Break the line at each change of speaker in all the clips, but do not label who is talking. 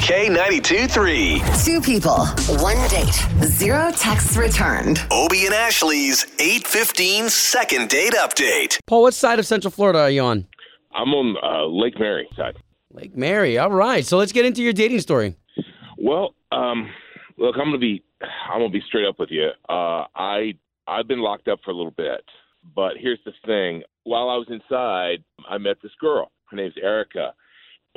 K92 3.
Two people, one date, zero texts returned.
Obie and Ashley's 815 second date update.
Paul, what side of Central Florida are you on?
I'm on uh, Lake Mary side.
Lake Mary. All right. So let's get into your dating story.
Well, um, look, I'm gonna be I'm gonna be straight up with you. Uh, I I've been locked up for a little bit, but here's the thing. While I was inside, I met this girl. Her name's Erica.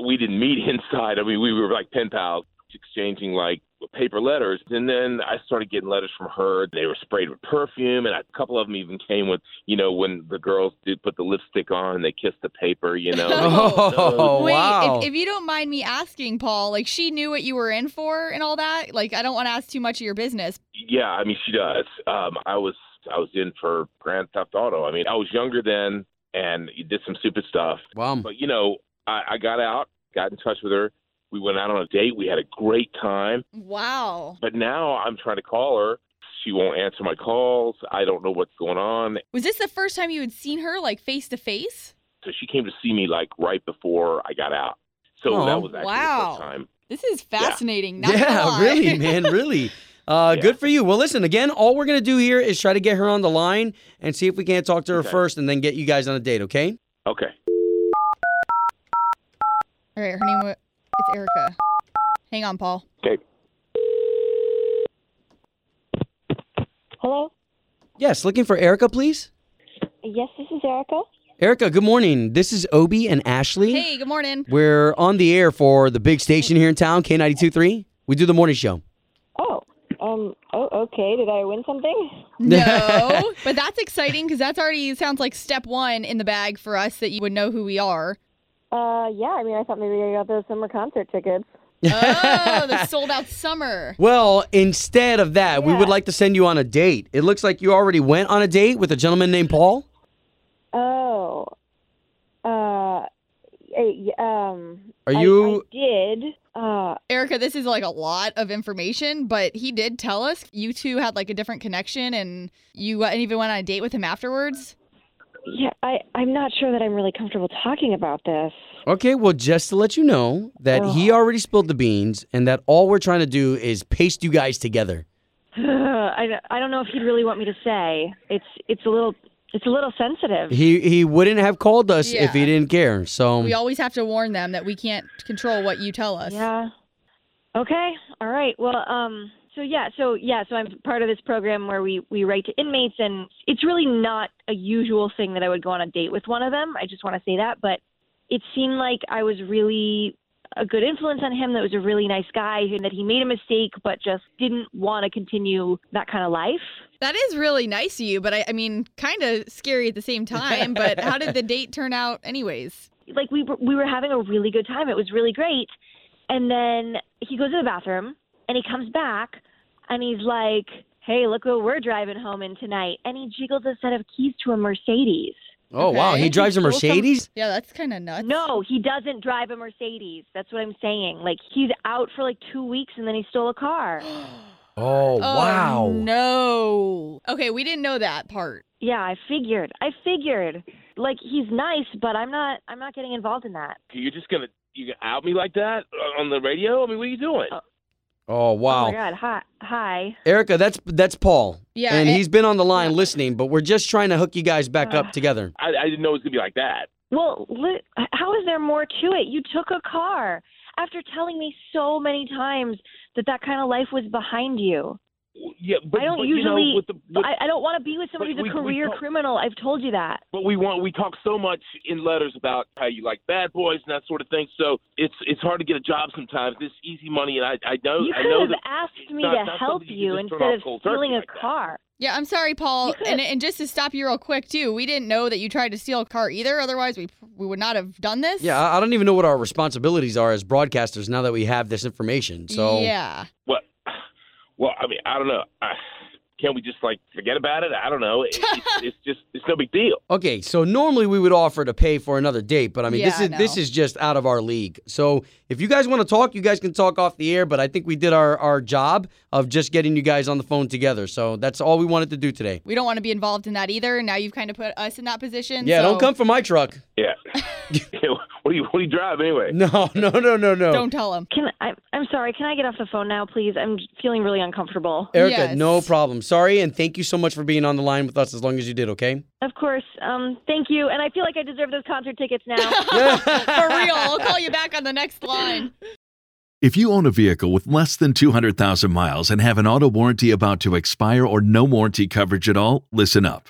We didn't meet inside. I mean, we were like pen pals, exchanging like paper letters. And then I started getting letters from her. They were sprayed with perfume, and a couple of them even came with, you know, when the girls did put the lipstick on, they kissed the paper, you know.
Oh,
Wait,
wow.
if, if you don't mind me asking, Paul, like she knew what you were in for and all that. Like, I don't want to ask too much of your business.
Yeah, I mean she does. Um, I was I was in for Grand Theft Auto. I mean I was younger then and did some stupid stuff.
Wow.
But you know I, I got out, got in touch with her. We went out on a date. We had a great time.
Wow.
But now I'm trying to call her. She won't answer my calls. I don't know what's going on.
Was this the first time you had seen her, like face to face?
So she came to see me like right before I got out. So
Aw.
that was actually
Wow.
the first time.
This is fascinating. not gonna
yeah,
lie.
really, man, really. Uh,
Yeah.
Good for you. Well, listen, again, all we're going to do here is try to get her on the line and see if we can't talk to her
Okay.
first and then get you guys on a date, okay?
Okay.
all right, her name was it's Erica. Hang on, Paul.
Okay.
Hello.
Yes, looking for Erica, please.
Yes, this is Erica.
Erica, good morning. This is Obi and Ashley.
Hey, good morning.
We're on the air for the big station here in town, K92.3. We do the morning show.
Oh, um, oh, okay. Did I win something?
No, but that's exciting because that's already sounds like step one in the bag for us that you would know who we are.
Uh, yeah. I mean, I thought maybe I got those summer concert tickets.
Oh, the sold out summer.
Well, instead of that, we would
Yeah.
like to send you on a date. It looks like you already went on a date with a gentleman named Paul.
Oh. Uh. I, um.
Are
I-
you-
I, did. Uh.
Erica, this is like a lot of information, but he did tell us you two had like a different connection and you went- and even went on a date with him afterwards.
Yeah. I. I'm not sure that I'm really comfortable talking about this.
Okay, well, just to let you know that he already spilled the beans and that all we're trying to do is paste you guys together.
I. don't- I don't know if he'd really want me to say. It's. It's a little. It's a little sensitive.
He he wouldn't have called us if he
Mm-hmm. Yeah.
didn't care. So
We always have to warn them that we can't control what you tell us.
Yeah. Okay. All right. Well, um so yeah, so yeah, so I'm part of this program where we we write to inmates and it's really not a usual thing that I would go on a date with one of them. I just want to say that, but it seemed like I was really a good influence on him that was a really nice guy and that he made a mistake but just didn't want to continue that kind of life.
That is really nice of you, but I, I mean, kind of scary at the same time. But how did the date turn out, anyways?
Like we were, we were having a really good time. It was really great. And then he goes to the bathroom and he comes back and he's like, Hey, look what we're driving home in tonight. And he jiggles a set of keys to a Mercedes.
oh wow, he
Okay.
drives a
He stole some-
Mercedes.
Yeah, that's kind of nuts.
No, he doesn't drive a Mercedes. That's what I'm saying. Like, he's out for like two weeks and then he stole a car.
Oh,
Oh,
wow.
No. Okay, we didn't know that part.
yeah, I figured. I figured. Like, he's nice, but I'm not, I'm not getting involved in that.
You're just gonna you gonna out me like that uh, on the radio? I mean, what are you doing?
Oh wow.
Oh my God. Hi. Hi.
Erica, that's that's Paul.
Yeah,
and
it-
he's been on the line listening, but we're just trying to hook you guys back up together.
I, I didn't know it was gonna be like that.
Well, li- how is there more to it? You took a car after telling me so many times that that kind of life was behind you.
Yeah, but,
I don't
but, you
usually.
know, with the, with,
I, I don't want to be with somebody
but
who's a
we- we
career
talk-
criminal. I've told you that.
but we want we talk so much in letters about how you like bad boys and that sort of thing. So it's it's hard to get a job sometimes. This easy money, and I I know
you
Oh, I
could
know
have
that
asked me
not-
to
not
help
something you
you
just turn
instead
off
of
cold turkey
stealing
like
a
that.
car.
Yeah, I'm sorry, Paul.
You could-
And, and just to stop you real quick, too, we didn't know that you tried to steal a car either. Otherwise, we we would not have done this.
Yeah, I I don't even know what our responsibilities are as broadcasters now that we have this information. So
yeah.
Well, well, I mean, I don't know. I, can we just like forget about it? I don't know. It, it's, it's just it's no big deal.
Okay, so normally we would offer to pay for another date, but I mean this
Yeah,
is this
no.
is just out of our league. So if you guys want to talk, you guys can talk off the air, but I think we did our, our job of just getting you guys on the phone together. So that's all we wanted to do today.
We don't want to be involved in that either. Now you've kind of put us in that position.
Yeah, don't
so
come for my truck.
Yeah. what do you what do you drive anyway?
No, no, no, no, no.
Don't tell him.
Can I, I'm sorry. Can I get off the phone now, please? I'm feeling really uncomfortable.
Erica,
Yes.
no problem. Sorry, and thank you so much for being on the line with us as long as you did, okay?
Of course. Um, thank you. And I feel like I deserve those concert tickets now.
For real. I'll call you back on the next line.
If you own a vehicle with less than 200,000 miles and have an auto warranty about to expire or no warranty coverage at all, listen up.